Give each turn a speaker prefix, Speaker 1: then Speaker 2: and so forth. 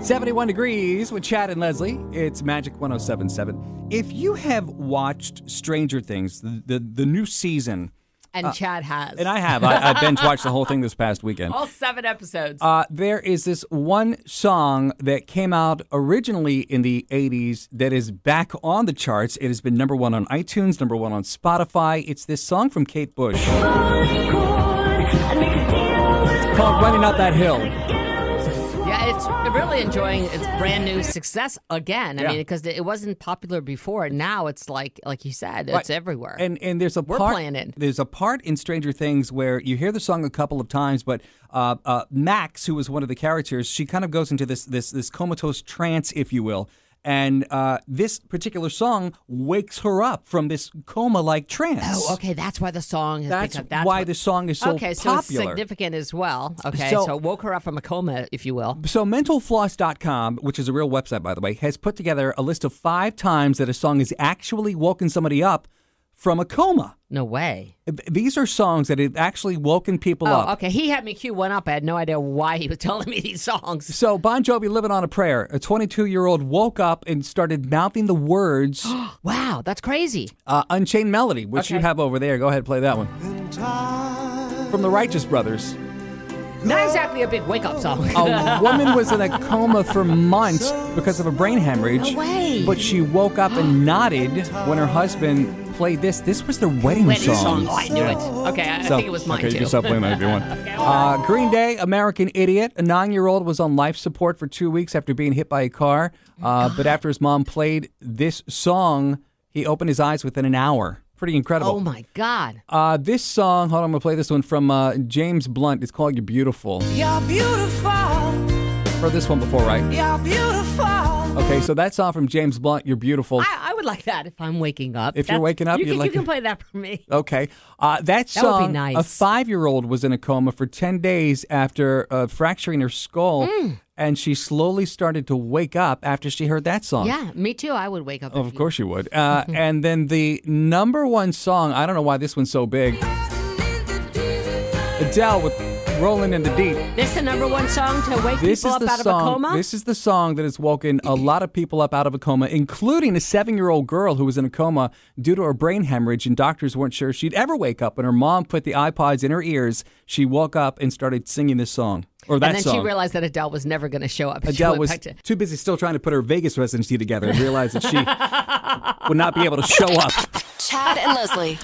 Speaker 1: 71 Degrees with Chad and Leslie. It's Magic 1077. If you have watched Stranger Things, the, the, the new season,
Speaker 2: And Chad has.
Speaker 1: Uh, and I have, I, I binge watched the whole thing this past weekend.
Speaker 2: All seven episodes.
Speaker 1: Uh, there is this one song that came out originally in the 80s that is back on the charts. It has been number one on iTunes, number one on Spotify. It's this song from Kate Bush. It's called Running Up That Hill.
Speaker 2: yeah, it's really enjoying its brand new success again. I
Speaker 1: Yeah.
Speaker 2: mean, because it wasn't popular before. and Now it's like, like you said, it's
Speaker 1: Right.
Speaker 2: everywhere.
Speaker 1: And and there's a
Speaker 2: We're
Speaker 1: part
Speaker 2: playing it.
Speaker 1: there's a part in Stranger Things where you hear the song a couple of times, but uh, uh, Max, who was one of the characters, she kind of goes into this this this comatose trance, if you will. And uh, this particular song wakes her up from this coma-like trance.
Speaker 2: oh, okay. That's why the song has
Speaker 1: That's,
Speaker 2: become.
Speaker 1: why
Speaker 2: what-
Speaker 1: the song is so
Speaker 2: okay, so it's
Speaker 1: popular.
Speaker 2: significant as well. Okay,
Speaker 1: So-
Speaker 2: so, it woke her up from a coma, if you will.
Speaker 1: So mentalfloss.com, which is a real website by the way, has put together a list of 5 times that a song has actually woken somebody up from a coma.
Speaker 2: No way.
Speaker 1: These are songs that have actually woken people
Speaker 2: Oh,
Speaker 1: up.
Speaker 2: okay. He had me cue one up. I had no idea why he was telling me these songs.
Speaker 1: So Bon Jovi, "Living on a Prayer," a 22-year-old woke up and started mouthing the words
Speaker 2: Wow, that's crazy.
Speaker 1: uh, "Unchained Melody," which you
Speaker 2: Okay.
Speaker 1: have over there. Go ahead, play that one from the Righteous Brothers.
Speaker 2: Not exactly a big wake up song.
Speaker 1: A woman was in a coma for months because of a brain hemorrhage,
Speaker 2: No way.
Speaker 1: but she woke up and nodded when her husband played this. This was their wedding,
Speaker 2: Wedding
Speaker 1: song.
Speaker 2: song. Oh, I knew it. Okay, I, I
Speaker 1: So-
Speaker 2: think it was mine
Speaker 1: okay,
Speaker 2: too.
Speaker 1: you can stop playing that if you want. Uh, Green Day, American Idiot. A nine-year-old was on life support for two weeks after being hit by a car,
Speaker 2: Oh
Speaker 1: uh, but after his mom played this song, he opened his eyes within an hour. Pretty
Speaker 2: Oh
Speaker 1: incredible.
Speaker 2: my God.
Speaker 1: uh, this song, hold on, I'm gonna play this one from uh, James Blunt. It's called "You're Beautiful."
Speaker 3: You're beautiful.
Speaker 1: Heard this one before, right?
Speaker 3: You're beautiful.
Speaker 1: Okay, so that song from James Blunt, "You're Beautiful."
Speaker 2: I, I would like that if I'm waking up.
Speaker 1: If you're waking up,
Speaker 2: you
Speaker 1: you'd
Speaker 2: can,
Speaker 1: like
Speaker 2: you can
Speaker 1: it.
Speaker 2: play that for me.
Speaker 1: Okay. Uh, that
Speaker 2: That would be
Speaker 1: song,
Speaker 2: nice.
Speaker 1: a five year old was in a coma for 10 days after uh, fracturing her skull,
Speaker 2: Mm.
Speaker 1: and she slowly started to wake up after she heard that song.
Speaker 2: Yeah, Mm-hmm. me too. I would wake up. if
Speaker 1: Of
Speaker 2: you-
Speaker 1: course you would. Uh, and then the number one song, I don't know why this one's so big Adele with Rolling in the Deep.
Speaker 2: This the number one song to wake
Speaker 1: This is
Speaker 2: people up
Speaker 1: the
Speaker 2: out of a
Speaker 1: song.
Speaker 2: coma.
Speaker 1: This is the song that has woken a lot of people up out of a coma, including a seven-year-old girl who was in a coma due to her brain hemorrhage, and doctors weren't sure she'd ever wake up. And her mom put the iPods in her ears. She woke up and started singing this song or that
Speaker 2: and then
Speaker 1: song.
Speaker 2: she realized that Adele was never going to show up. She
Speaker 1: Adele
Speaker 2: went
Speaker 1: was
Speaker 2: back to-
Speaker 1: too busy still trying to put her Vegas residency together and realized that she would not be able to show up.
Speaker 4: Chad and Leslie.